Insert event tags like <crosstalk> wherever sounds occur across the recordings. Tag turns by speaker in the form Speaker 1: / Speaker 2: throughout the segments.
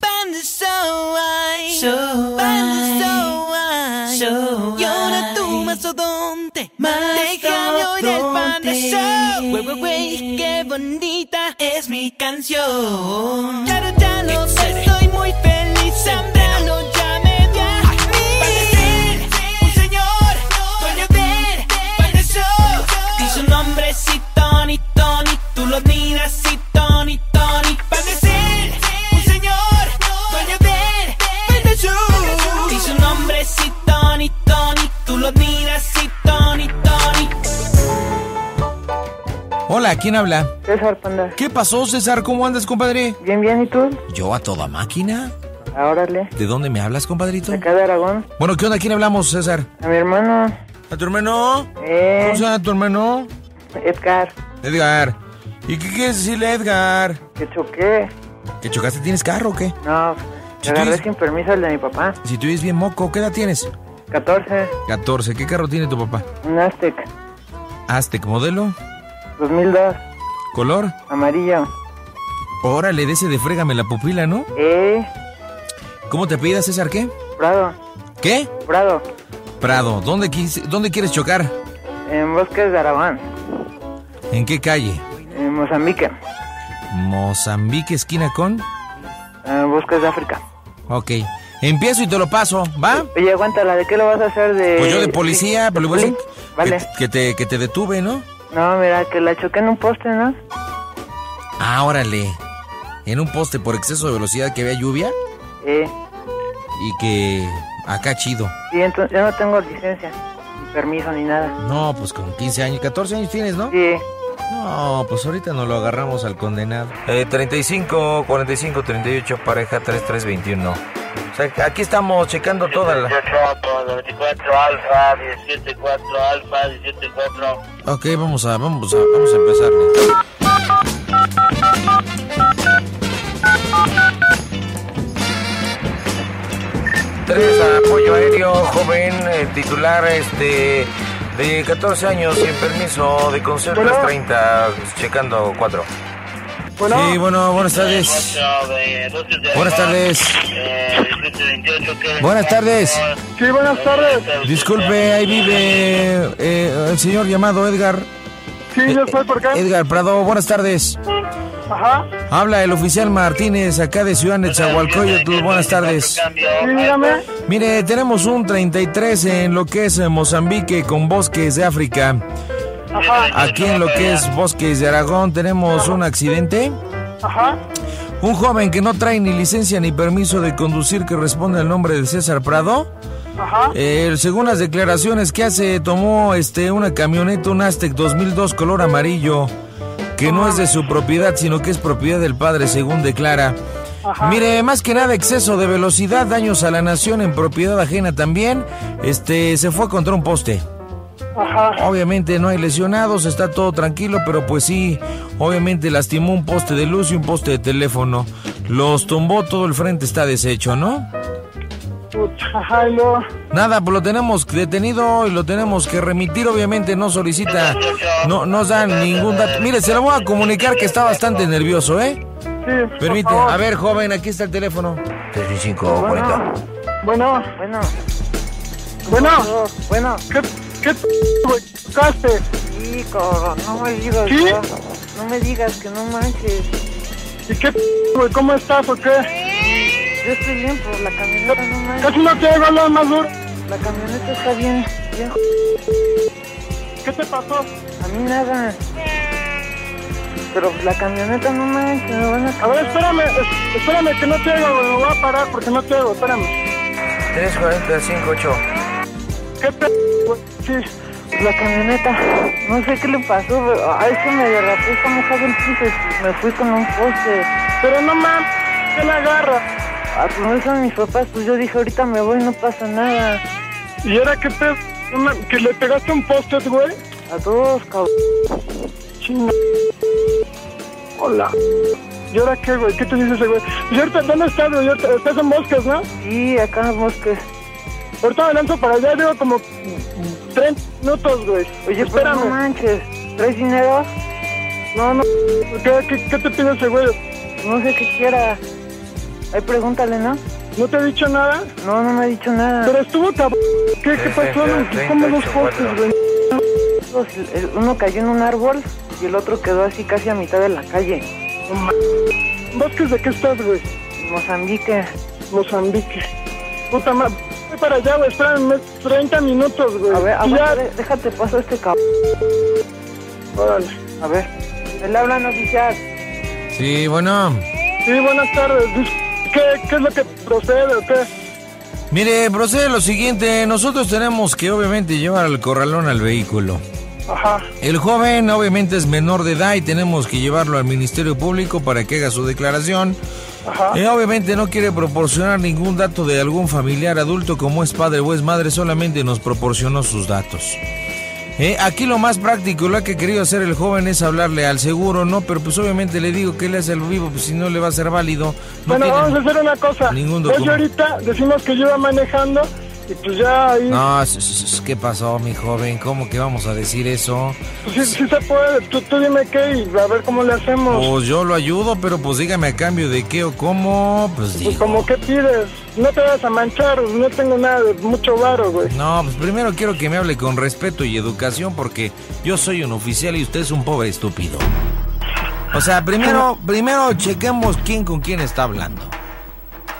Speaker 1: Find it so I.
Speaker 2: So
Speaker 1: Find it so I.
Speaker 2: So
Speaker 1: y ahora tú,
Speaker 2: I.
Speaker 1: mastodonte. Déjame oír el Find it so. Güey, güey, güey, qué bonita
Speaker 2: es mi canción.
Speaker 1: Claro, ya lo sé, estoy muy feliz. Zambrano ya me dio a mí.
Speaker 2: Un señor, dueño del baile show. Y su nombre es Tony, Tony. Tú lo miras y Tony, Tony. Parece ser un señor, dueño del baile show. Y su nombre es Tony, Tony. Tú lo miras y Tony, Tony.
Speaker 3: Hola, ¿quién habla?
Speaker 4: César Panda.
Speaker 3: ¿Qué pasó, César? ¿Cómo andas, compadre?
Speaker 4: Bien, bien, ¿y tú?
Speaker 3: Yo a toda máquina.
Speaker 4: Ah, Órale.
Speaker 3: ¿De dónde me hablas, compadrito?
Speaker 4: De acá de Aragón.
Speaker 3: Bueno, ¿qué onda? ¿Quién hablamos, César?
Speaker 4: A mi hermano.
Speaker 3: ¿A tu hermano?
Speaker 4: Eh,
Speaker 3: ¿Cómo se llama tu hermano?
Speaker 4: Edgar.
Speaker 3: Edgar. ¿Y qué quieres decirle, Edgar?
Speaker 4: Que choqué.
Speaker 3: ¿Que chocaste? ¿Tienes carro o qué?
Speaker 4: No,
Speaker 3: Si
Speaker 4: te
Speaker 3: tú
Speaker 4: agarré
Speaker 3: dices-
Speaker 4: sin permiso el de mi papá.
Speaker 3: Si tú eres bien moco, ¿qué edad tienes?
Speaker 4: 14.
Speaker 3: 14. ¿Qué carro tiene tu papá?
Speaker 4: Un Aztec.
Speaker 3: Aztec, modelo,
Speaker 4: 2002.
Speaker 3: color.
Speaker 4: Amarillo.
Speaker 3: Órale, de ese de frégame la pupila, ¿no?
Speaker 4: Eh,
Speaker 3: ¿Cómo te apellidas, César? ¿Qué?
Speaker 4: Prado.
Speaker 3: ¿Qué?
Speaker 4: Prado.
Speaker 3: Prado, ¿dónde, quis- ¿dónde quieres chocar?
Speaker 4: En Bosques de Aragón.
Speaker 3: ¿En qué calle?
Speaker 4: En Mozambique.
Speaker 3: Mozambique, esquina con.
Speaker 4: En Bosques de África.
Speaker 3: Ok. Empiezo y te lo paso, ¿va?
Speaker 4: Oye, aguántala, ¿de qué lo vas a hacer de...?
Speaker 3: Pues yo de policía, pero le voy a decir
Speaker 4: ¿Sí? Vale.
Speaker 3: que, que te, que te detuve, ¿no?
Speaker 4: No, mira, que la choqué en un poste, ¿no?
Speaker 3: Ah, órale. En un poste por exceso de velocidad que había lluvia
Speaker 4: Eh,
Speaker 3: y que. Acá chido.
Speaker 4: sí, entonces yo no tengo licencia, ni permiso, ni nada.
Speaker 3: No, pues con 15 años, 14 años tienes, ¿no?
Speaker 4: Sí,
Speaker 3: No, pues ahorita no lo agarramos al condenado. Eh, 35, 45, 38, pareja 3321. O sea, aquí estamos checando toda la...
Speaker 5: 24 alfa, 174 alfa, 174.
Speaker 3: Ok, vamos a, vamos a, vamos a empezar. Tres, apoyo aéreo, joven, eh, titular, este, de 14 años, sin permiso, de concierto
Speaker 4: Bueno.
Speaker 3: 30, checando 4.
Speaker 4: bueno,
Speaker 3: Sí, bueno, buenas tardes. Buenas tardes. Buenas tardes.
Speaker 4: sí, buenas tardes.
Speaker 3: Disculpe, ahí vive eh, el señor llamado Edgar. Eh,
Speaker 4: Sí, yo soy por acá.
Speaker 3: Edgar Prado, buenas tardes.
Speaker 4: Ajá,
Speaker 3: Habla el oficial Martínez acá de Ciudad Nezahualcóyotl. Buenas tardes.
Speaker 4: sí, dígame.
Speaker 3: Mire, tenemos un 33 en lo que es eh, Mozambique con bosques de África.
Speaker 4: Ajá,
Speaker 3: Aquí en lo que es bosques de Aragón tenemos un accidente.
Speaker 4: ajá.
Speaker 3: Un joven que no trae ni licencia ni permiso de conducir que responde al nombre de César Prado.
Speaker 4: Ajá.
Speaker 3: Eh, según las declaraciones que hace, tomó este una camioneta, un Aztec 2002 color amarillo, que no es de su propiedad, sino que es propiedad del padre, según declara. Mire, más que nada exceso de velocidad, daños a la nación en propiedad ajena también. Este se fue contra un poste.
Speaker 4: Ajá.
Speaker 3: Obviamente no hay lesionados, está todo tranquilo, pero pues sí, obviamente lastimó un poste de luz y un poste de teléfono. Los tumbó, todo el frente está deshecho, ¿no?
Speaker 4: Pucha, Ajá, y luego...
Speaker 3: Nada, pues lo tenemos detenido y lo tenemos que remitir. Obviamente no solicita, no nos dan ningún dato. Mire, se lo voy a comunicar que está bastante nervioso, ¿eh?
Speaker 4: Sí, por
Speaker 3: Permite,
Speaker 4: favor.
Speaker 3: a ver, joven, aquí está el teléfono. 35,
Speaker 4: Bueno, bueno, bueno, bueno, bueno. ¿Qué, qué t- güey, tocaste?
Speaker 1: Sí, cabrón, no me digas,
Speaker 4: ¿Sí?
Speaker 1: cabrón. No me digas que no manches.
Speaker 4: ¿Y qué, t- güey, cómo estás o qué?
Speaker 1: Yo estoy bien por la camioneta, no manches.
Speaker 4: Casi no te oigo hablar más duro.
Speaker 1: La camioneta está bien, bien. j-
Speaker 4: ¿Qué te pasó?
Speaker 1: A mí nada. Pero la camioneta no manches, me van a
Speaker 4: A ver, espérame, es- espérame que no te oigo, güey. Me voy a parar porque no te oigo, espérame.
Speaker 3: 3458.
Speaker 4: ¿Qué te güey? Sí.
Speaker 1: La camioneta, no sé qué le pasó, pero ay, se me derrapé, está mojado el piso y me fui con un poste.
Speaker 4: Pero no mames, ¿qué la agarra?
Speaker 1: Ah, pues no son mis papás, pues yo dije, ahorita me voy, no pasa nada.
Speaker 4: ¿Y era que te... no mames, que le pegaste un poste, güey?
Speaker 1: A todos, cabrón.
Speaker 4: Chinga. Hola. ¿Y ahora qué, güey? ¿Qué te dice ese güey? Y ahorita, ¿dónde estás, güey? Y ahorita- Estás en bosques, ¿no?
Speaker 1: Sí, acá bosques.
Speaker 4: Ahorita me lanzo para allá, llevo como 30 minutos, güey.
Speaker 1: Oye, pero pues no
Speaker 4: espérame.
Speaker 1: manches, ¿traes dinero?
Speaker 4: No, no. ¿Qué, qué, qué te pide ese güey?
Speaker 1: No sé qué quiera. Ahí pregúntale, ¿no?
Speaker 4: ¿No te he dicho nada?
Speaker 1: No, no me ha dicho nada.
Speaker 4: Pero estuvo tab... ¿Qué, qué pasó? ¿Cómo los coches, güey?
Speaker 1: Los- el- uno cayó en un árbol y el otro quedó así casi a mitad de la calle.
Speaker 4: No ma- Vázquez, ¿de qué estás, güey?
Speaker 1: Mozambique.
Speaker 4: Mozambique. Puta madre. Voy para allá, güey. Espérame 30 minutos, güey.
Speaker 1: A ver,
Speaker 4: Y
Speaker 1: aguanta,
Speaker 4: ya.
Speaker 1: de- déjate paso a este cabrón.
Speaker 4: Órale.
Speaker 1: A ver. Él habla no oficial.
Speaker 3: Sí, bueno.
Speaker 4: Sí, buenas tardes. Dis- ¿Qué, qué es lo que procede o qué?
Speaker 3: Mire, procede lo siguiente. Nosotros tenemos que obviamente llevar al corralón al vehículo.
Speaker 4: Ajá.
Speaker 3: El joven obviamente es menor de edad y tenemos que llevarlo al Ministerio Público para que haga su declaración.
Speaker 4: Ajá.
Speaker 3: Y obviamente no quiere proporcionar ningún dato de algún familiar adulto como es padre o es madre, solamente nos proporcionó sus datos. Eh, aquí lo más práctico, lo que ha querido hacer el joven es hablarle al seguro, ¿no? Pero pues obviamente le digo que él es el vivo, pues si no le va a ser válido. No
Speaker 4: bueno,
Speaker 3: tiene-
Speaker 4: vamos a hacer una cosa.
Speaker 3: ningún
Speaker 4: Voy
Speaker 3: documento.
Speaker 4: yo ahorita, decimos que yo iba manejando y pues ya ahí.
Speaker 3: No, s- s- s- ¿qué pasó, mi joven? ¿Cómo que vamos a decir eso?
Speaker 4: Pues sí, sí se puede. Tú, tú dime qué y a ver cómo le hacemos.
Speaker 3: Pues yo lo ayudo, pero pues dígame a cambio de qué o cómo, pues
Speaker 4: Pues
Speaker 3: digo.
Speaker 4: como que pides, no te vas a manchar, no tengo nada de mucho varo, güey.
Speaker 3: No, pues primero quiero que me hable con respeto y educación porque yo soy un oficial y usted es un pobre estúpido. O sea, primero, primero chequemos quién con quién está hablando.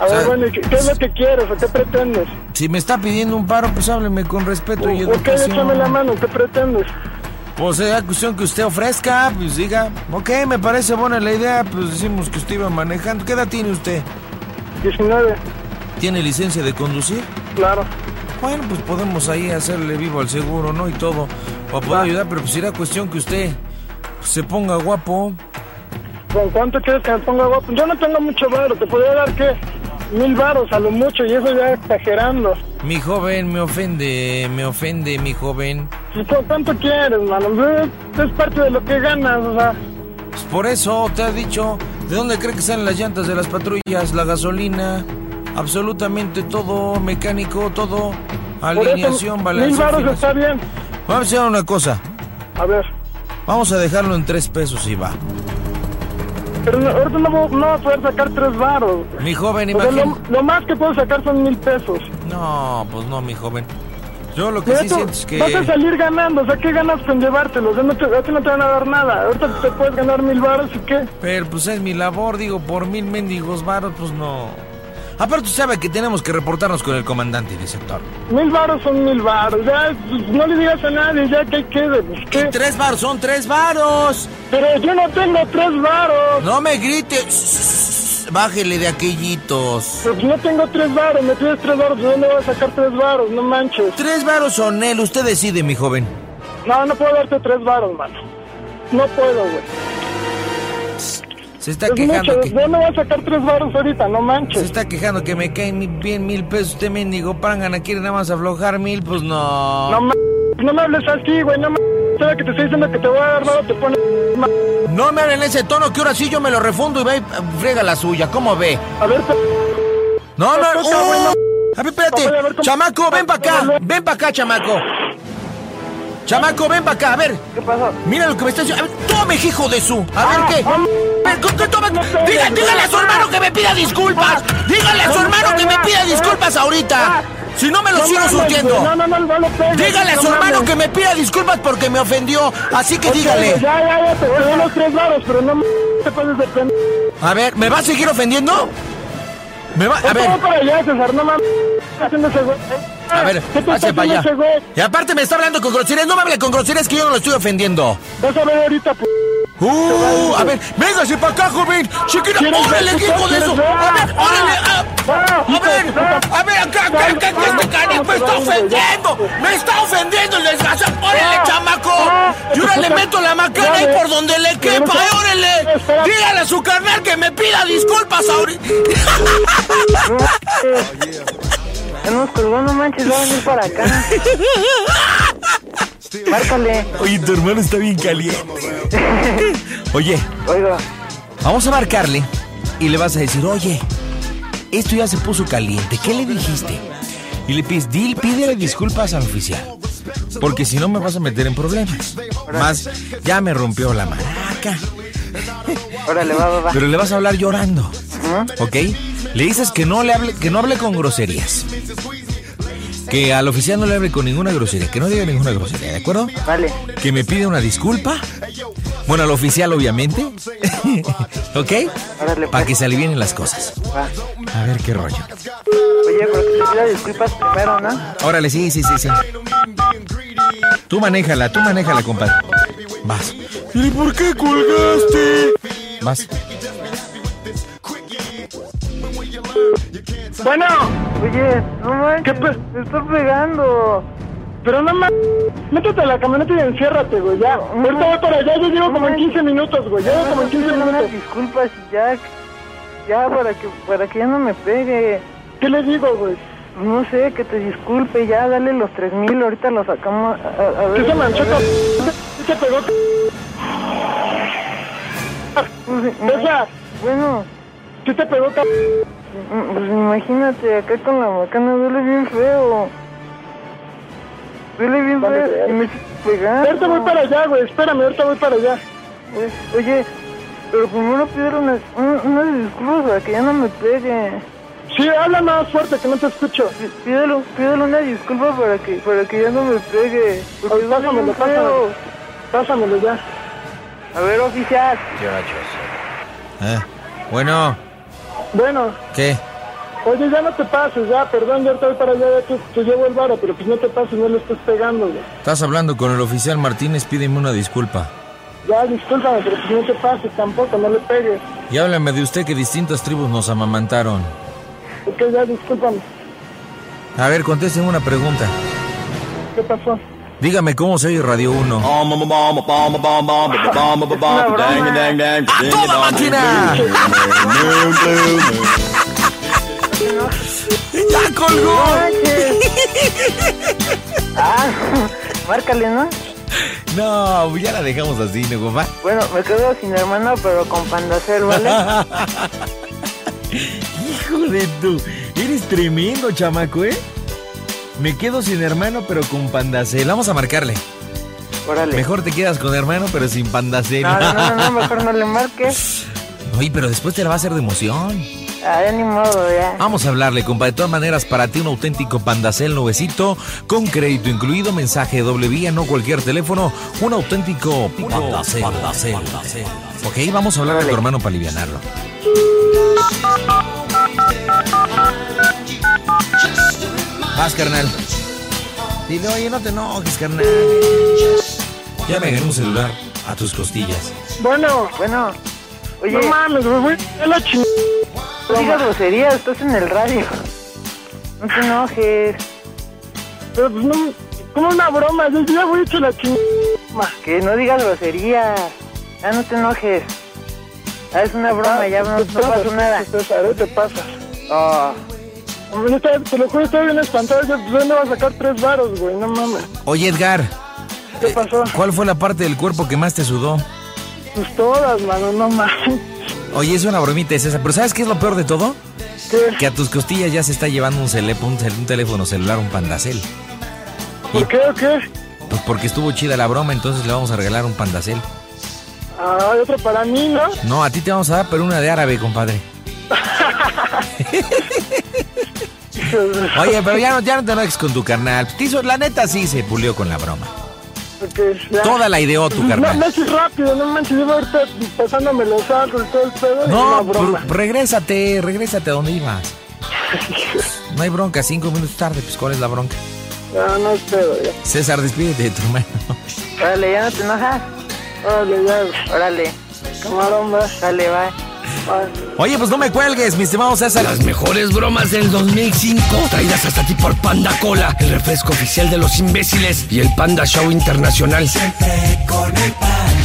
Speaker 4: A ver,
Speaker 3: sea-
Speaker 4: bueno, ¿y ¿qué, qué es lo que quieres o qué pretendes?
Speaker 3: Si me está pidiendo un paro, pues hábleme con respeto y
Speaker 4: ¿O qué? Échame la
Speaker 3: educación.
Speaker 4: mano, ¿qué pretendes?
Speaker 3: Pues sea cuestión que usted ofrezca, pues diga, ok, me parece buena la idea, pues decimos que usted iba manejando. ¿Qué edad tiene usted?
Speaker 4: 19,
Speaker 3: ¿Tiene licencia de conducir?
Speaker 4: claro.
Speaker 3: Bueno, pues podemos ahí hacerle vivo al seguro, ¿no? Y todo. O puedo ayudar, pero pues será cuestión que usted pues, se ponga guapo.
Speaker 4: ¿Con cuánto quieres que me ponga guapo? Yo no tengo mucho varo, te podría dar, ¿qué? Mil varos a lo mucho y eso ya exagerando.
Speaker 3: Mi joven, me ofende, me ofende, mi joven.
Speaker 4: ¿Y ¿Con cuánto quieres, mano? Es- Es parte de lo que ganas, o sea.
Speaker 3: Pues por eso te ha dicho, ¿de dónde cree que salen las llantas de las patrullas, la gasolina? Absolutamente todo, mecánico, todo.
Speaker 4: Por
Speaker 3: Alineación,
Speaker 4: eso,
Speaker 3: balance.
Speaker 4: mil varos
Speaker 3: afinación.
Speaker 4: está bien.
Speaker 3: Vamos a hacer una cosa.
Speaker 4: A ver,
Speaker 3: Vamos a dejarlo en tres pesos y va.
Speaker 4: pero no- ahorita no, voy- no voy a poder sacar tres varos.
Speaker 3: Mi joven,
Speaker 4: O sea,
Speaker 3: imagínate.
Speaker 4: lo, lo más que puedo sacar son mil pesos.
Speaker 3: No, pues no, mi joven. Yo lo que
Speaker 4: Mira,
Speaker 3: sí
Speaker 4: tú
Speaker 3: siento es que...
Speaker 4: Vas a salir ganando, o sea, ¿qué ganas con llevártelo? O sea, no te, a ti no te van a dar nada. Ahorita te puedes ganar mil baros y qué.
Speaker 3: Pero pues es mi labor, digo, por mil mendigos varos, pues no. Aparte usted sabe que tenemos que reportarnos con el comandante del sector.
Speaker 4: Mil baros son mil baros. Ya, pues, no le digas a nadie, ya que quede. Pues,
Speaker 3: Y
Speaker 4: ¿qué?
Speaker 3: tres varos son tres varos.
Speaker 4: Pero yo no tengo tres baros.
Speaker 3: No me grite. Shh, Bájele de aquellitos.
Speaker 4: Pues no tengo tres baros, me pides tres baros, ¿de dónde voy a sacar tres baros? No manches.
Speaker 3: Tres varos son él, usted decide, mi joven.
Speaker 4: No, no puedo darte tres baros, mano. No puedo, güey.
Speaker 3: Se está
Speaker 4: Es mucho.
Speaker 3: quejando
Speaker 4: ¿De
Speaker 3: que...
Speaker 4: dónde voy a sacar tres baros ahorita? No
Speaker 3: Se
Speaker 4: manches.
Speaker 3: está quejando que me caen mi- bien mil pesos. Usted mendigo prangana quiere nada más aflojar mil, pues no.
Speaker 4: No, ma- no me hables así, güey. No me... Sabes que te estoy diciendo que te voy a dar varo, te pones... ma-
Speaker 3: No me hablen ese tono que ahora sí yo me lo refundo y va y frega la suya. ¿Cómo ve?
Speaker 4: A ver, te-
Speaker 3: No, no,
Speaker 4: Escucha, güey, no.
Speaker 3: ¡Uh! A ver, espérate.
Speaker 4: Oye, a ver, ¿cómo-
Speaker 3: Chamaco, ven para acá. Ven para acá, chamaco. Chamaco, ven para acá. A ver,
Speaker 1: ¿Qué pasó?
Speaker 3: mira lo que me está diciendo. A ver, tome, hijo de su. A ver
Speaker 4: Ah,
Speaker 3: qué.
Speaker 4: ah,
Speaker 3: Pero, ¿con qué toma?
Speaker 4: no sé,
Speaker 3: Diga-
Speaker 4: no
Speaker 3: dígale
Speaker 4: sé.
Speaker 3: a su hermano que me pida disculpas. Dígale a su
Speaker 4: No,
Speaker 3: hermano
Speaker 4: no,
Speaker 3: que me
Speaker 4: no,
Speaker 3: pida
Speaker 4: no.
Speaker 3: disculpas ahorita. Si no me lo
Speaker 4: No
Speaker 3: sigo
Speaker 4: mames, güey. No,
Speaker 3: surtiendo.
Speaker 4: no, no, no lo pegues.
Speaker 3: Dígale a
Speaker 4: no
Speaker 3: su hermano
Speaker 4: mames.
Speaker 3: que me pida disculpas porque me ofendió. Así que
Speaker 4: Ok,
Speaker 3: dígale.
Speaker 4: Ya, ya, ya, te doy los tres varos, pero no me te pases de pendejo.
Speaker 3: A ver, ¿me va a seguir ofendiendo? Me va, a
Speaker 4: Vete
Speaker 3: ver.
Speaker 4: para allá, César, no mames. ¿Qué está haciendo ese güey?
Speaker 3: A ver,
Speaker 4: ¿Qué te está
Speaker 3: pase
Speaker 4: haciendo
Speaker 3: para
Speaker 4: ese
Speaker 3: allá.
Speaker 4: güey?
Speaker 3: Y aparte me está hablando con groserías. No me hable con groserías que yo no lo estoy ofendiendo.
Speaker 4: Vas a ver ahorita, p***.
Speaker 3: Uh, a ver, véngase para acá, joven. Chiquita,
Speaker 4: ¿Quieres
Speaker 3: órale,
Speaker 4: ver
Speaker 3: ¿qué
Speaker 4: tu
Speaker 3: hijo de
Speaker 4: quieres
Speaker 3: eso.
Speaker 4: ver?
Speaker 3: A ver, órale. ah,
Speaker 4: Ah,
Speaker 3: A
Speaker 4: hijo de
Speaker 3: ver,
Speaker 4: puta.
Speaker 3: a ver, acá, acá, acá, acá, este canijo me está ofendiendo. Me está ofendiendo el desgraciado.
Speaker 4: Ah,
Speaker 3: Órale, chamaco. Y ahora le meto la macana ahí por donde le quepa. eh, Órale. Dígale a su carnal que me pida disculpas ahorita.
Speaker 1: Ya nos colgó, no manches, va a venir para acá. Márcale.
Speaker 3: Oye, tu hermano está bien <laughs> caliente. Oye,
Speaker 1: Oiga,
Speaker 3: Vamos a marcarle y le vas a decir, oye, esto ya se puso caliente, ¿qué le dijiste? Y le pides, dil, pídele disculpas al oficial, porque si no me vas a meter en problemas. Más, ya me rompió la maraca,
Speaker 1: órale, va, va, va.
Speaker 3: pero le vas a hablar llorando, ¿ok? Le dices que no le hable, que no hable con groserías. Que al oficial no le hable con ninguna grosería, que no diga ninguna grosería, ¿de acuerdo?
Speaker 1: Vale.
Speaker 3: Que me pide una disculpa. Bueno, al oficial, obviamente.
Speaker 1: Órale,
Speaker 3: <laughs> ¿Ok?
Speaker 1: pues.
Speaker 3: Para que se alivienen las cosas.
Speaker 1: Va.
Speaker 3: A ver qué rollo.
Speaker 1: Oye, pero que te pida disculpas primero, ¿no?
Speaker 3: Órale, sí, sí, sí, sí. Tú manéjala, tú manéjala, compadre. Vas. ¿Y por qué colgaste? Vas.
Speaker 4: Bueno,
Speaker 1: Oye, no manches,
Speaker 4: ¿Qué pe-
Speaker 1: me estás pegando.
Speaker 4: pero no más. Métete a la camioneta y enciérrate, güey, ya. Ahorita voy para allá, yo llevo como en 15 minutos, güey. Llevo como en 15
Speaker 1: unas
Speaker 4: minutos.
Speaker 1: disculpas, Jack. Ya, para que, para que ya no me pegue.
Speaker 4: ¿Qué le digo, güey?
Speaker 1: No sé, que te disculpe, ya, dale los tres mil, ahorita los sacamos. A, a- a ver.
Speaker 4: ¿Qué se manchó, cabrón? ¿Qué te pegó,
Speaker 1: Pues,
Speaker 4: César?
Speaker 1: Bueno,
Speaker 4: ¿Qué te pegó, cabrón?
Speaker 1: mm, pues imagínate, acá con la macana duele bien feo. Duele bien
Speaker 4: Vale,
Speaker 1: feo y me estoy pegando.
Speaker 4: Ahorita voy para allá, güey. Espérame, ahorita voy para allá.
Speaker 1: Pues, oye, pero primero pidieron unas, un- unas disculpas para que ya no me pegue.
Speaker 4: Sí, habla más fuerte, que no te escucho.
Speaker 1: Pí- Pídele, pídele una disculpa para que, para que ya no me pegue. Porque
Speaker 4: Ay, pásamelo,
Speaker 1: duele bien
Speaker 4: pásamelo.
Speaker 1: feo.
Speaker 4: Pásamelo ya.
Speaker 1: A ver, oficial.
Speaker 3: Ah, Bueno,
Speaker 4: Bueno,
Speaker 3: ¿qué?
Speaker 4: oye, ya no te pases, ya, perdón, yo ahorita voy para allá, ya te, te llevo el varo, pero pues no te pases, no le estés pegando, güey.
Speaker 3: Estás hablando con el oficial Martínez, pídeme una disculpa.
Speaker 4: Ya, discúlpame, pero pues no te pases tampoco, no le pegues.
Speaker 3: Y háblame de usted que distintas tribus nos amamantaron.
Speaker 4: Ok, ya, discúlpame.
Speaker 3: A ver, contesten una pregunta.
Speaker 4: ¿Qué pasó?
Speaker 3: Dígame cómo se oye Radio 1.
Speaker 2: toda
Speaker 3: máquina! <laughs> ¡Ya colgó!
Speaker 1: Ah, márcale, ¿no?
Speaker 3: No, ya la dejamos así, ¿no, compa?
Speaker 1: Bueno, me quedo sin hermano, pero con pandacel, ¿vale?
Speaker 3: Hijo de tú, eres tremendo, chamaco, ¿eh? Me quedo sin hermano, pero con pandacel. Vamos a marcarle.
Speaker 1: Órale.
Speaker 3: Mejor te quedas con hermano, pero sin pandacel.
Speaker 1: No, no, no, no, mejor no le marques.
Speaker 3: Oye, pero después te la va a hacer de emoción.
Speaker 1: Ah, ya ni modo, ya.
Speaker 3: Vamos a hablarle, compa. De todas maneras, para ti un auténtico pandacel nuevecito, con crédito incluido, mensaje de doble vía, no cualquier teléfono, un auténtico pandacel. Ok, vamos a hablar a tu hermano para alivianarlo. Vas, carnal. Dile, oye, no te enojes, carnal. Ya me gané un celular a tus costillas.
Speaker 4: Bueno,
Speaker 1: Bueno, oye,
Speaker 4: no mames, güey, güey, ya la chingada.
Speaker 1: no digas groserías, estás en el radio. No te enojes.
Speaker 4: Pero pues no, como una broma, yo ya voy hecho la chingada.
Speaker 1: Que no digas groserías. Ah, no te enojes. Ah, es una broma, ya no, no pasó nada.
Speaker 4: César, ¿eh? te pasas.
Speaker 1: Oh,
Speaker 4: Hombre, yo estaba- te lo juro, estoy bien espantado, yo pues ¿dónde va a sacar tres varos, güey, no mames.
Speaker 3: Oye, Edgar,
Speaker 4: ¿Qué pasó?
Speaker 3: ¿cuál fue la parte del cuerpo que más te sudó?
Speaker 4: Pues todas, mano, no mames.
Speaker 3: Oye, es una bromita, es esa. Pero ¿sabes qué es lo peor de todo?
Speaker 4: ¿Qué?
Speaker 3: Que a tus costillas ya se está llevando un, cele- un cel- un teléfono celular, un pandacel.
Speaker 4: ¿Por qué o qué?
Speaker 3: Pues porque estuvo chida la broma, entonces le vamos a regalar un pandacel.
Speaker 4: Ah, hay otro para mí, ¿no?
Speaker 3: No, a ti te vamos a dar, pero una de árabe, compadre. Oye, pero ya no, ya no te enojes con tu carnal. Te hizo- la neta sí se pulió con la broma.
Speaker 4: Porque ya.
Speaker 3: Toda la ideó tu
Speaker 4: No, no
Speaker 3: carnal.
Speaker 4: es rápido, no manches, yo ahorita pasándome los árboles, todo el pedo, no,
Speaker 3: No,
Speaker 4: una broma.
Speaker 3: pr- regrésate, regrésate a donde
Speaker 4: <laughs>
Speaker 3: ibas. No hay bronca, cinco minutos tarde, pues ¿cuál es la bronca?
Speaker 4: No, no es pedo, ya.
Speaker 3: César, despídete de tu hermano.
Speaker 1: órale, ya no te enojas.
Speaker 4: Órale, ya, güey.
Speaker 1: Órale,
Speaker 4: camarón, va.
Speaker 1: dale, va.
Speaker 4: Órale.
Speaker 3: Oye, pues no me cuelgues, mi estimado César.
Speaker 6: Las mejores bromas del 2005 traídas hasta ti por Panda Cola, el refresco oficial de los imbéciles y el Panda Show Internacional.
Speaker 2: Siempre con el pan.